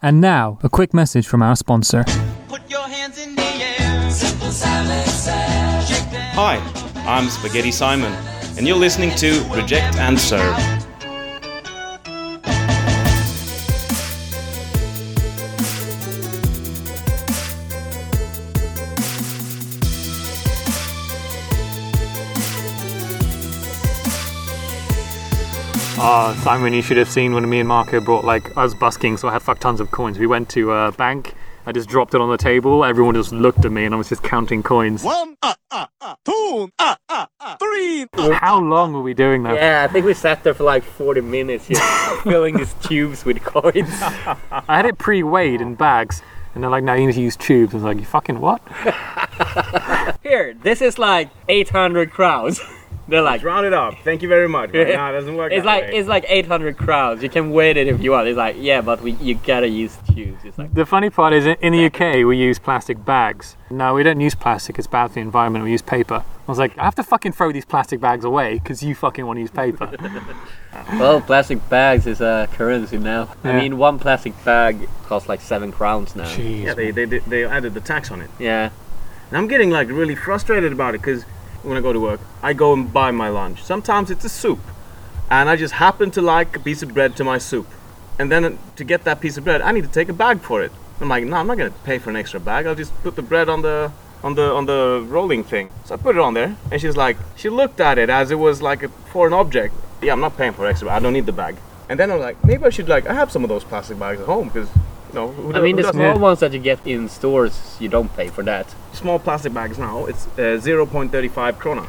And now, a quick message from our sponsor. Put your hands in the air. Simple Simon says. Shake them. Hi, I'm Spaghetti Simon, and you're listening to Reject and Serve. Oh, Simon, you should have seen when me and Marco brought, like, I was busking, so I had fuck tons of coins. We went to a bank, I just dropped it on the table, everyone just looked at me, and I was just counting coins. One, ah, ah, ah, two, ah, ah, ah, three. How long were we doing that? Yeah, I think we sat there for like 40 minutes yeah, filling these tubes with coins. I had it pre weighed in bags, and they're like, no, you need to use tubes. I was like, you fucking what? Here, this is like 800 crowns. They're like, Round it up. Thank you very much. But Yeah. nah, it doesn't work. it's that like way. it's like 800 crowns. You can wait it if you want. It's like, yeah, but we you gotta use tubes. It's like, The funny part is, in the UK, we use plastic bags. No, we don't use plastic, it's bad for the environment, we use paper. I was like, I have to fucking throw these plastic bags away, because you fucking want to use paper. well, plastic bags is a currency now. I Yeah. mean, one plastic bag costs like seven crowns now. Jeez. yeah, they, they, they, they added the tax on it. Yeah. And I'm getting like really frustrated about it because when I go to work, I go and buy my lunch. Sometimes it's a soup, and I just happen to like a piece of bread to my soup. And then to get that piece of bread, I need to take a bag for it. I'm like, no, I'm not gonna pay for an extra bag. I'll just put the bread on the on the on the rolling thing. So I put it on there, and she's like, she looked at it as it was like a foreign object. Yeah, I'm not paying for extra. I don't need the bag. And then I'm like, maybe I should like, I have some of those plastic bags at home because, you know, who I do- mean, who the doesn't? small ones that you get in stores, you don't pay for that. small plastic bags now. It's uh, 0.35 krona.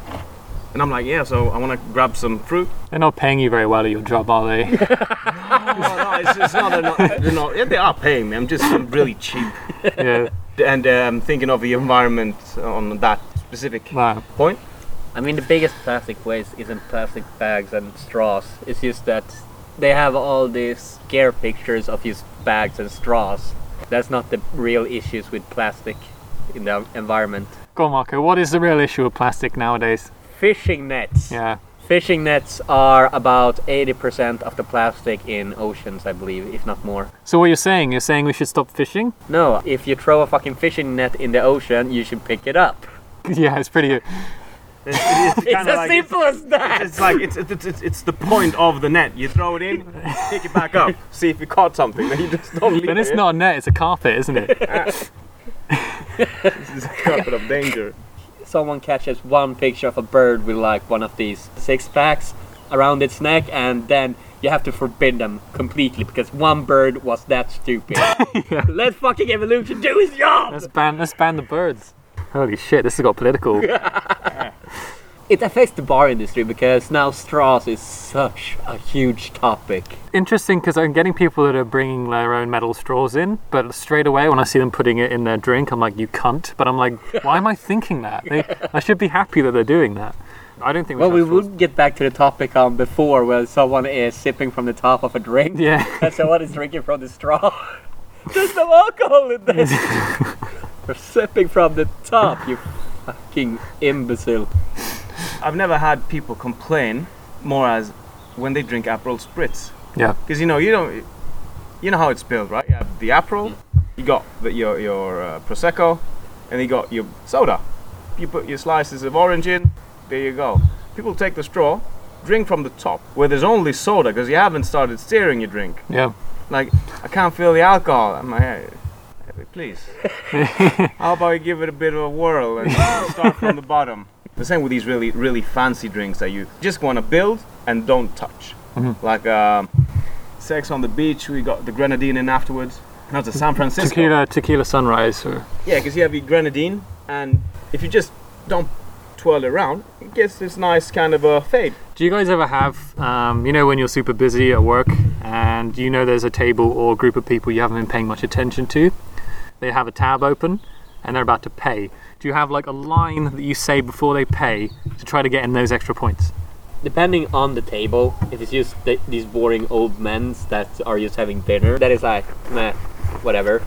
And I'm like, yeah, so I want to grab some fruit. They're not paying you very well at your job, are they? No, no, it's, it's not, they're not, they're not- yeah, they are paying me. I'm just I'm really cheap. yeah. And um, thinking of the environment on that specific No. point. I mean, the biggest plastic waste isn't plastic bags and straws. It's just that they have all these scare pictures of these bags and straws. That's not the real issues with plastic in the environment. Go on, Marco, what is the real issue with plastic nowadays? Fishing nets. Yeah. Fishing nets are about 80% of the plastic in oceans, I believe, if not more. So what you're saying, you're saying we should stop fishing? No, if you throw a fucking fishing net in the ocean, you should pick it up. yeah, it's pretty... It's as like- simple as that. It's like, it's, it's, it's, it's the point of the net. You throw it in, you pick it back up, see if you caught something. Then you just don't leave Then it's it. not a net, it's a carpet, isn't it? It's a carpet of danger. someone catches one picture of a bird with like one of these six packs around its neck and then you have to forbid them completely because one bird was that stupid. Let fucking evolution do its job! Let's ban, let's ban the birds. Holy shit, this has got political. It affects the bar industry because now straws is such a huge topic. Interesting, because I'm getting people that are bringing their own metal straws in, but straight away when I see them putting it in their drink, I'm like, you cunt. But I'm like, why am I thinking that? They, I should be happy that they're doing that. I don't think we Well, should we have straws. would get back to the topic on before where someone is sipping from the top of a drink. Yeah. And someone is drinking from the straw. There's no alcohol in this. You're sipping from the top, you fucking imbecile. I've never had people complain more as when they drink Aperol Spritz. Yeah. Because you know you don't, you know how it's spilled, right? You have the Aperol, you got the, your your uh, prosecco, and you got your soda. You put your slices of orange in. There you go. People take the straw, drink from the top where there's only soda because you haven't started stirring your drink. Yeah. Like I can't feel the alcohol. I'm like, hey, hey, please. how about you give it a bit of a whirl and start from the bottom? The same with these really really fancy drinks that you just want to build and don't touch. Like um, sex on the beach. We got the grenadine in afterwards. And that's a San Francisco. Tequila, tequila sunrise. Or, Yeah, because you have your grenadine, and if you just don't twirl it around, it gets this nice kind of a fade. do you guys ever have, um, you know, when you're super busy at work and you know there's a table or group of people you haven't been paying much attention to? They have a tab open and they're about to pay. Do you have like a line that you say before they pay to try to get in those extra points? Depending on the table, if it's just th- these boring old men that are just having dinner, that is like, meh, whatever.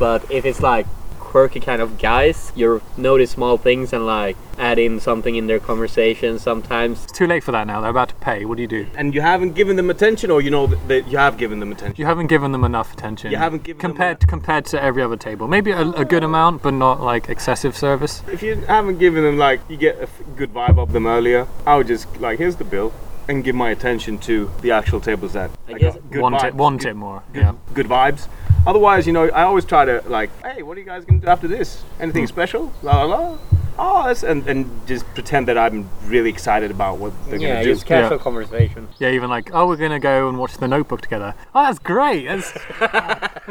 But if it's like quirky kind of guys. You notice small things and like add in something in their conversation sometimes. It's too late for that now. They're about to pay. What do you do? And you haven't given them attention, or you know that- that you have given them attention. You haven't given them enough attention. You haven't given them compared compared to every other table. Maybe a, a good amount, but not like excessive service. If you haven't given them like you get a f- good vibe of them earlier, I would just like here's the bill and give my attention to the actual tables that I guess got one tip, vibes, one good- tip more. good, yeah. good vibes. Otherwise, you know, I always try to like, hey, what are you guys gonna do after this? Anything special? La la la. Oh, that's, and and just pretend that I'm really excited about what they're Yeah, gonna do. just casual Yeah. conversation. Yeah, even like, oh, we're gonna go and watch The Notebook together. Oh, that's great. That's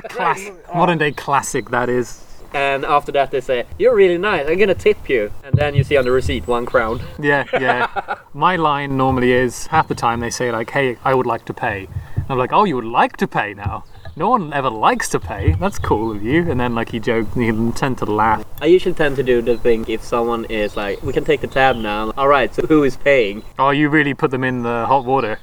class, modern day classic. That is. And after that, they say, You're really nice, I'm gonna tip you. And then you see on the receipt one crown. Yeah, yeah. My line normally is half the time they say like, "Hey, I would like to pay." And I'm like, "Oh, you would like to pay now? No one ever likes to pay. That's cool of you." And then like he joked, and he tend to laugh. I usually tend to do the thing if someone is like, We can take the tab now. Alright, so who is paying? Oh, you really put them in the hot water.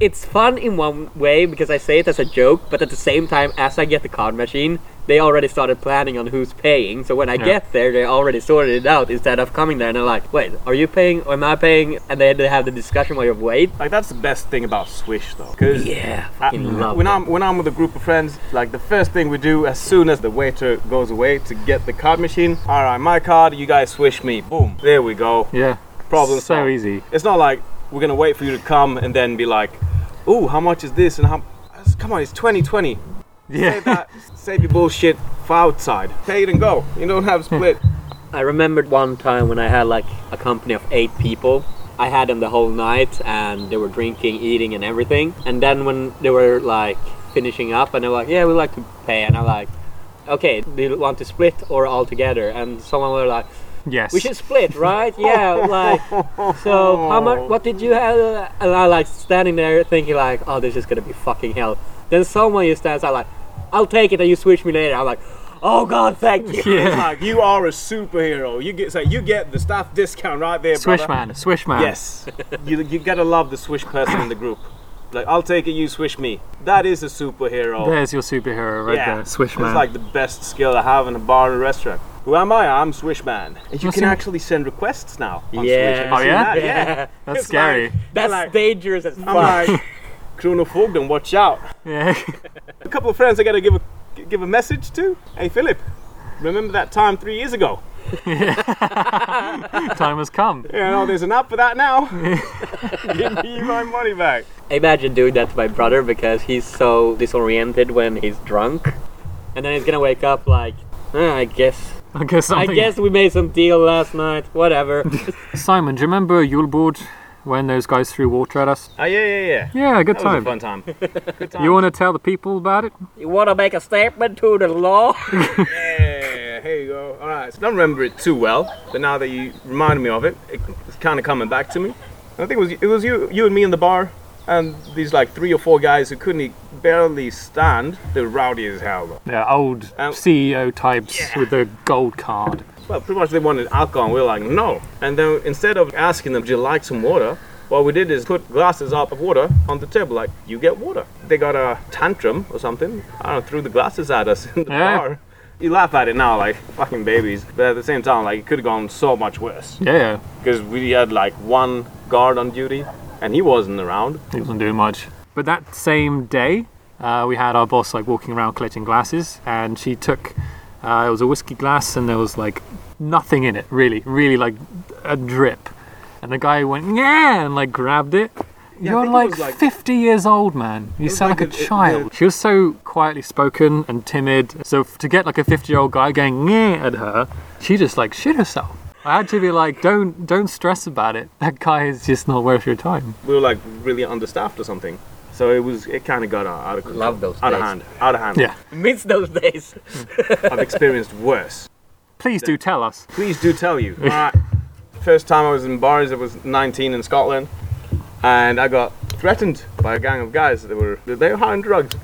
It's fun in one way because I say it as a joke, but at the same time, as I get the card machine, they already started planning on who's paying. So when I Yeah. get there, they already sorted it out instead of coming there and they're like, Wait, are you paying or am I paying? And then they have the discussion while you wait. Like that's the best thing about Swish though, because Yeah, I- fucking love when it. I'm when I'm with a group of friends, like the first thing we do as soon as the waiter goes away to get the card machine. All right, my card. You guys swish me. Boom. There we go. Yeah, Problem so solved. easy. It's not like we're gonna wait for you to come and then be like, "Ooh, how much is this?" And how? Come on, it's 2020. Yeah, Save that. Save your bullshit for outside. Pay it and go. You don't have split. I remembered one time when I had like a company of eight people. I had them the whole night and they were drinking, eating, and everything. And then when they were like finishing up, and they were like, Yeah, we like to pay. And I'm like, Okay, do you want to split or all together? And someone were like, yes. we should split, right? Yeah, like so. How much? What did you have? And I like standing there thinking like, oh, this is gonna be fucking hell. Then someone just stands out like, I'll take it, and you switch me later. I'm like, oh god, thank you. It's like you are a superhero. You get so you get the staff discount right there, Swish brother. man, swish man. Yes. you, you gotta love the swish person in the group. Like, I'll take it, you swish me. That is a superhero. There's your superhero right there, swish it's man. like the best skill I have in a bar and restaurant. Who am I? I'm Swish Man. And you That's can it. actually send requests now. on Yeah. Swish. Have you Oh, seen yeah? that? Yeah. Yeah. That's It's scary. like- That's like- dangerous as fuck. I'm like, Kronofogden, watch out. yeah. A couple of friends I gotta give a give a message to. Hey Philip, remember that time three years ago? Time has come. You know, there's an app for that now. give me my money back. I imagine doing that to my brother because he's so disoriented when he's drunk, and then he's gonna wake up like, "Ah, I guess. I guess I something. guess we made some deal last night. Whatever. Simon, do you remember Yule Board when those guys threw water at us? Oh yeah, yeah, yeah. Yeah, good That was a time. fun time. Good time. You want to tell the people about it? you wanna make a statement to the law? Yeah, here you go. All right, so I don't remember it too well, but now that you reminded me of it, it- it's kind of coming back to me. I think it was it was you you and me in the bar, and these like three or four guys who couldn't e- barely stand. They were rowdy as hell. Though. Yeah, old Um, CEO types with the gold card. Well, pretty much they wanted alcohol, and we were like, no. And then instead of asking them, do you like some water? What we did is put glasses up of water on the table, like, you get water. They got a tantrum or something. I don't know, threw the glasses at us in the Yeah. bar. You laugh at it now, like, fucking babies. But at the same time, like, it could have gone so much worse. Yeah, Because we had, like, one guard on duty, and he wasn't around. he wasn't doing much. But that same day, uh, we had our boss like walking around collecting glasses, and she took uh, it was a whiskey glass, and there was like nothing in it, really, really like a drip. And the guy went yeah, and like grabbed it. I You're think it like, was, like- 50 years old, man. You was sound like, like a, a- it- child. she was so quietly spoken and timid. So f- to get like a 50 year old guy going "Nyeh" at her, she just like shit herself. I had to be like, don't don't stress about it. That guy is just not worth your time. We were, like, really understaffed or something. So it was, it kind of got out, out of control. Love those Out of days. hand. Out of hand. Yeah. Miss those days. I've experienced worse. Please do tell us. please do tell you. All right. First time I was in bars, I was 19 in Scotland, and I got threatened by a gang of guys that were they were high on drugs.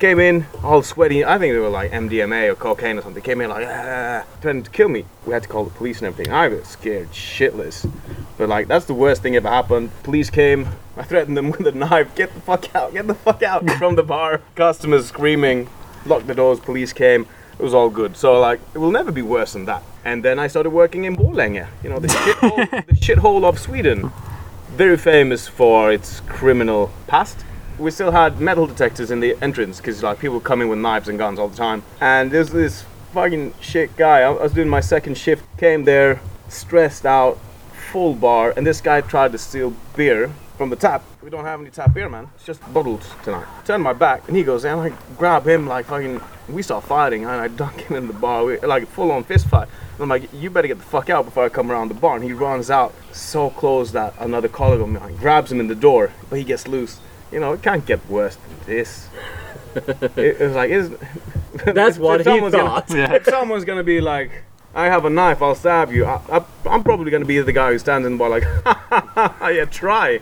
Came in all sweaty. I think they were like MDMA or cocaine or something. Came in like ah, threatened to kill me. We had to call the police and everything. I was scared shitless, but like that's the worst thing ever happened. Police came. I threatened them with a knife. Get the fuck out! Get the fuck out from the bar. Customers screaming. Locked the doors. Police came. It was all good. So like, it will never be worse than that. And then I started working in Borlänge, you know, the shithole, the shithole of Sweden, very famous for its criminal past. We still had metal detectors in the entrance because like people come in with knives and guns all the time. And there's this fucking shit guy. I I was doing my second shift, came there, stressed out, full bar, and this guy tried to steal beer from the tap. We don't have any tap beer, man. It's just bottled tonight. Turn my back, and he goes, and I grab him like fucking. We start fighting, and I dunk him in the bar, we, like full on fist fight. And I'm like, you better get the fuck out before I come around the bar. And he runs out so close that another colleague of mine grabs him in the door, but he gets loose. You know, it can't get worse than this. it, it was like, it's, That's if what he someone's gonna- thought. if someone's gonna be like, I have a knife, I'll stab you. I, I, I'm probably gonna be the guy who stands in the bar like, yeah, try.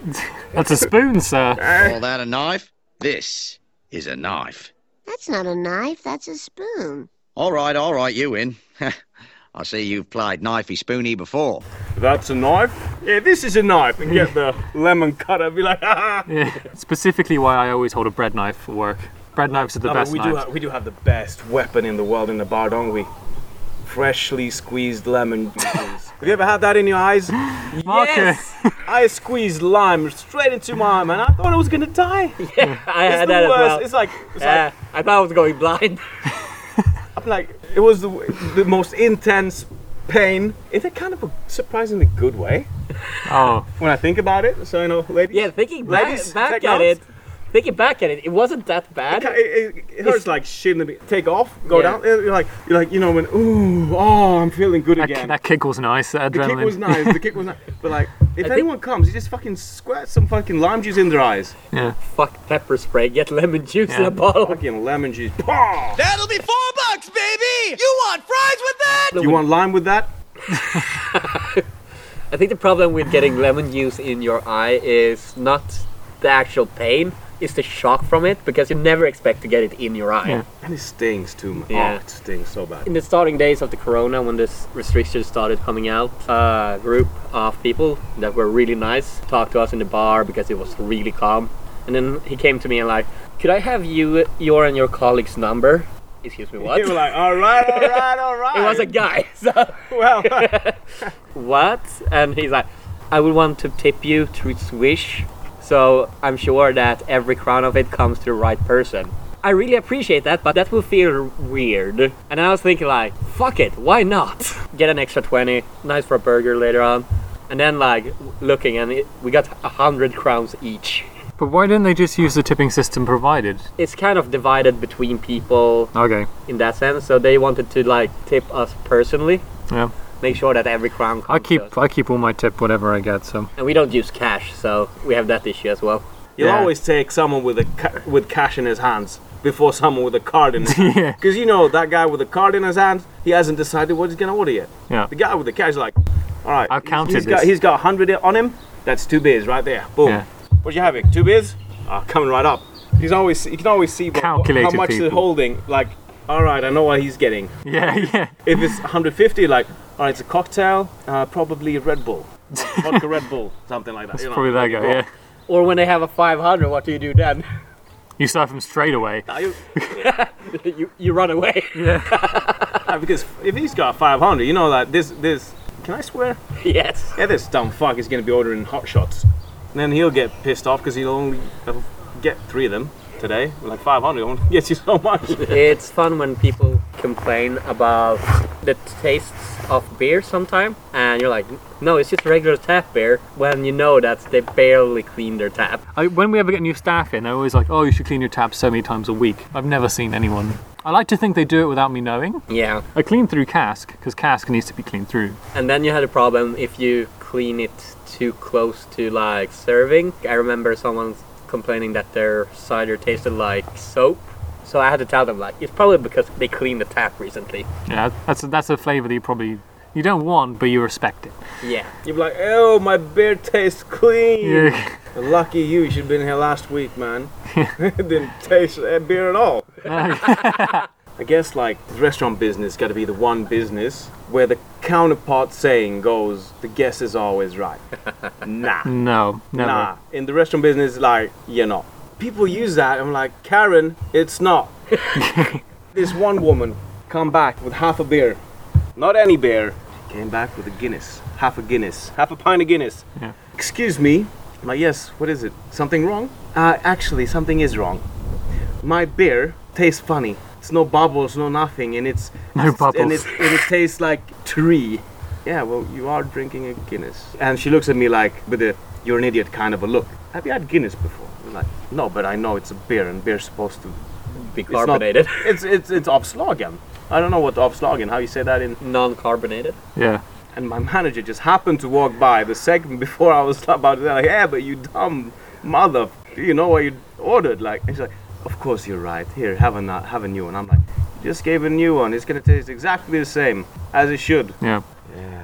That's a spoon, sir. Call that a knife? This is a knife. That's not a knife, that's a spoon. All right, all right, you in. I see you've played knifey spoony before. That's a knife. Yeah, this is a knife. And get the lemon cutter. Be like, ah. Yeah. Specifically, why I always hold a bread knife for work. Bread knives are the No, Ah, but best we do knives. have, we do have the best weapon in the world in the bar, don't we? Freshly squeezed lemon juice. have you ever had that in your eyes? Marco. Yes. I squeezed lime straight into my eye, man. I thought I was gonna die. It's I the had that as worst. well. It's like, it's like Yeah, I thought I was going blind. like it was the, the most intense pain in a kind of a surprisingly good way Oh, when I think about it. So you know, ladies, Yeah, thinking back, Ladies, back take at notes. it, thinking back at it, it wasn't that bad. it, it, it hurts It's- like shit. in the be- Take off, go Yeah. down. You're like you're like you know when ooh oh I'm feeling good that, again. that kick was nice. That the adrenaline. kick was nice. The kick was nice. But like if think- anyone comes, you just fucking squirt some fucking lime juice in their eyes. Yeah. Fuck pepper spray, get lemon juice in Yeah. a bottle. Fucking lemon juice. Pow! That'll be four bucks, baby! You want fries with that? You want lime with that? I think the problem with getting lemon juice in your eye is not the actual pain, it's the shock from it because you never expect to get it in your eye. Yeah. And it stings too much. Yeah. Oh, it stings so bad. In the starting days of the corona, when this restrictions started coming out, a group of people that were really nice talked to us in the bar because it was really calm. And then he came to me and like, could I have you, your and your colleague's number? Excuse me, what? You were like, all right, all right, all right. it was a guy. So well. what? And he's like, I would want to tip you through Swish, so I'm sure that every crown of it comes to the right person. I really appreciate that, but that will feel weird. And I was thinking like, fuck it, why not? Get an extra 20, nice for a burger later on. And then like w- looking and it, we got a hundred crowns each. But why didn't they just use the tipping system provided? It's kind of divided between people Okay. in that sense, so they wanted to like tip us personally, Yeah. make sure that every crown comes I to us. keep I keep all my tip whatever I get. So And we don't use cash, so we have that issue as well. You'll Yeah. always take someone with a ca- with cash in his hands before someone with a card in his hand. Yeah. Because you know that guy with a card in his hand, he hasn't decided what he's gonna order yet. yeah. The guy with the cash is like, all right, I've he's- counted he's this." got he's got hundred on him. That's two beers right there. Boom. Yeah. What you having? Two beers? Ah, coming right up. He's always you can always see what, how Calculated much they're people. holding. Like, all right, I know what he's getting. Yeah. Yeah. If it's 150, like, all right, it's a cocktail, uh, probably a Red Bull, vodka Red Bull, something like that. you know. Probably that guy. Yeah. Or when they have a 500, what do you do then? You serve them straight away. Are you- you, you run away. Yeah, uh, because if he's got 500, you know that this this can I swear? yes. Yeah, this dumb fuck is gonna be ordering hot shots. And then he'll get pissed off because he'll only he'll get three of them today. Like 500 only gets you so much. It's fun when people complain about the tastes of beer sometime, and you're like, no, it's just regular tap beer, when you know that they barely clean their tap. I, when we ever get new staff in, they're always like, "Oh, you should clean your tabs so many times a week." I've never seen anyone. I like to think they do it without me knowing. Yeah. I clean through cask because cask needs to be cleaned through. And then you had a problem if you clean it too close to like serving. I remember someone complaining that their cider tasted like soap. So I had to tell them like it's probably because they cleaned the tap recently. Yeah, that's a, that's a flavour that you probably you don't want, but you respect it. Yeah. You'll be like, oh, my beer tastes clean. Yeah. Lucky you, you should have been here last week, man. it didn't taste uh, beer at all. I guess like the restaurant business got to be the one business where the counterpart saying goes, the guess is always right. nah. No, never. Nah, in the restaurant business, like you're not. People use that. I'm like, Karen, it's not. this one woman Come back with half a beer. Not any beer. Came back with a Guinness. Half a Guinness. Half a pint of Guinness. Yeah. Excuse me. I'm like, yes, what is it? Something wrong? Uh, actually, something is wrong. My beer tastes funny. It's no bubbles, no nothing, and it's No it's- And bubbles. it, and it tastes like tree. Yeah, well, you are drinking a Guinness. And she looks at me like with a "you're an idiot" kind of a look. Have you had Guinness before? I'm like, no, but I know it's a beer, and beer's supposed to Be it's not- carbonated. It's it's it's Opslagen. I don't know what Opslagen, how you say that in. Non-carbonated. Yeah. And my manager just happened to walk by the second before I was about to. Like, yeah, but you dumb mother, do you know what you ordered? Like, and she's like, of course you're right. Here, have a not, have a new one. I'm like, "You just gave a new one. It's gonna taste exactly the same as it should. Yeah.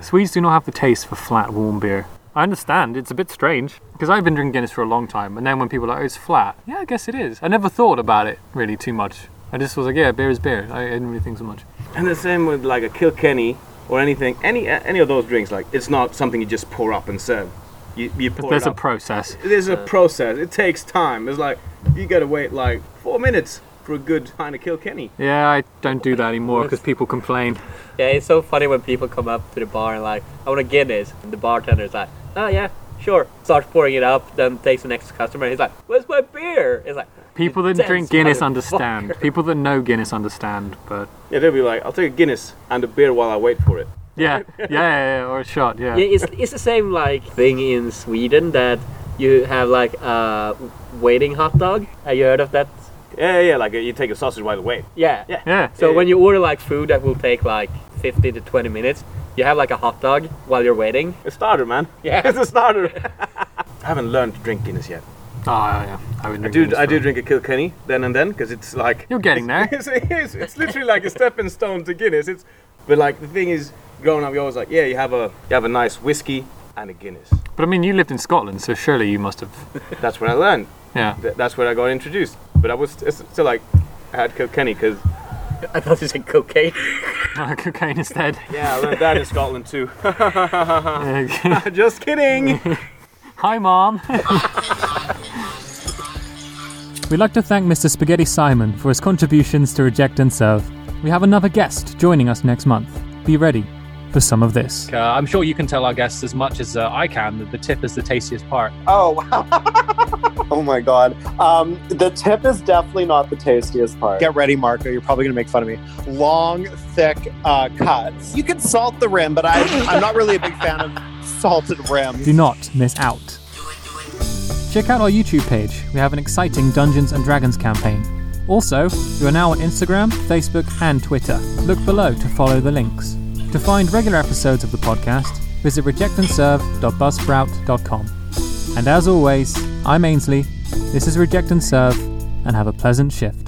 Swedes do not have the taste for flat, warm beer. I understand, it's a bit strange, because I've been drinking Guinness for a long time, and then when people are like, oh, it's flat, yeah, I guess it is. I never thought about it really too much. I just was like, yeah, beer is beer. I didn't really think so much. And the same with like a Kilkenny or anything, any any of those drinks. Like, it's not something you just pour up and serve. You, you But pour there's it a uh, up. process. There's a process. It takes time. It's like you gotta wait like four minutes for a good pint of Kilkenny. Yeah, I don't do that anymore because people complain. Yeah, it's so funny when people come up to the bar and like, I want a Guinness, and the bartender's like, Oh yeah, sure. Starts pouring it up, then takes the next customer. and He's like, Where's my beer? It's like People that Dense drink Guinness motherfucker. understand. People that know Guinness understand, but Yeah, they'll be like, I'll take a Guinness and a beer while I wait for it. yeah, yeah, yeah, yeah, or a shot, yeah. yeah, it's, it's the same like thing in Sweden that you have like a waiting hot dog. Have you heard of that? Yeah, yeah, like uh, you take a sausage while you wait. Yeah. Yeah. Yeah. So when you order like food that will take like 50 to 20 minutes, you have like a hot dog while you're waiting. A starter, man. Yeah. it's a starter. I haven't learned to drink Guinness yet. Oh, yeah, I would I do, I do drink a Kilkenny then and then because it's like You're getting there. It's, it's, it's literally like a stepping stone to Guinness. It's but like the thing is, growing up, you're always like, yeah, you have a you have a nice whiskey and a Guinness. But I mean, you lived in Scotland, so surely you must have. That's when I learned. Yeah. Th- that's where I got introduced. But I was st- still like, I had Kilkenny because I thought you said cocaine. Cocaine instead. yeah, I learned that in Scotland too. Uh, Just kidding. Hi, Mom. We'd like to thank Mr. Spaghetti Simon for his contributions to Reject and Serve. We have another guest joining us next month. Be ready for some of this. Uh, I'm sure you can tell our guests as much as uh, I can that the tip is the tastiest part. Oh, wow. oh my God. Um, the tip is definitely not the tastiest part. Get ready, Marco. You're probably going to make fun of me. Long, thick uh, cuts. You can salt the rim, but I, I'm not really a big fan of salted rims. Do not miss out. Check out our YouTube page. We have an exciting Dungeons and Dragons campaign. Also, we are now on Instagram, Facebook, and Twitter. Look below to follow the links. To find regular episodes of the podcast, visit rejectandserve.buzzsprout.com. And as always, I'm Ainsley. This is Reject and Serve, and have a pleasant shift.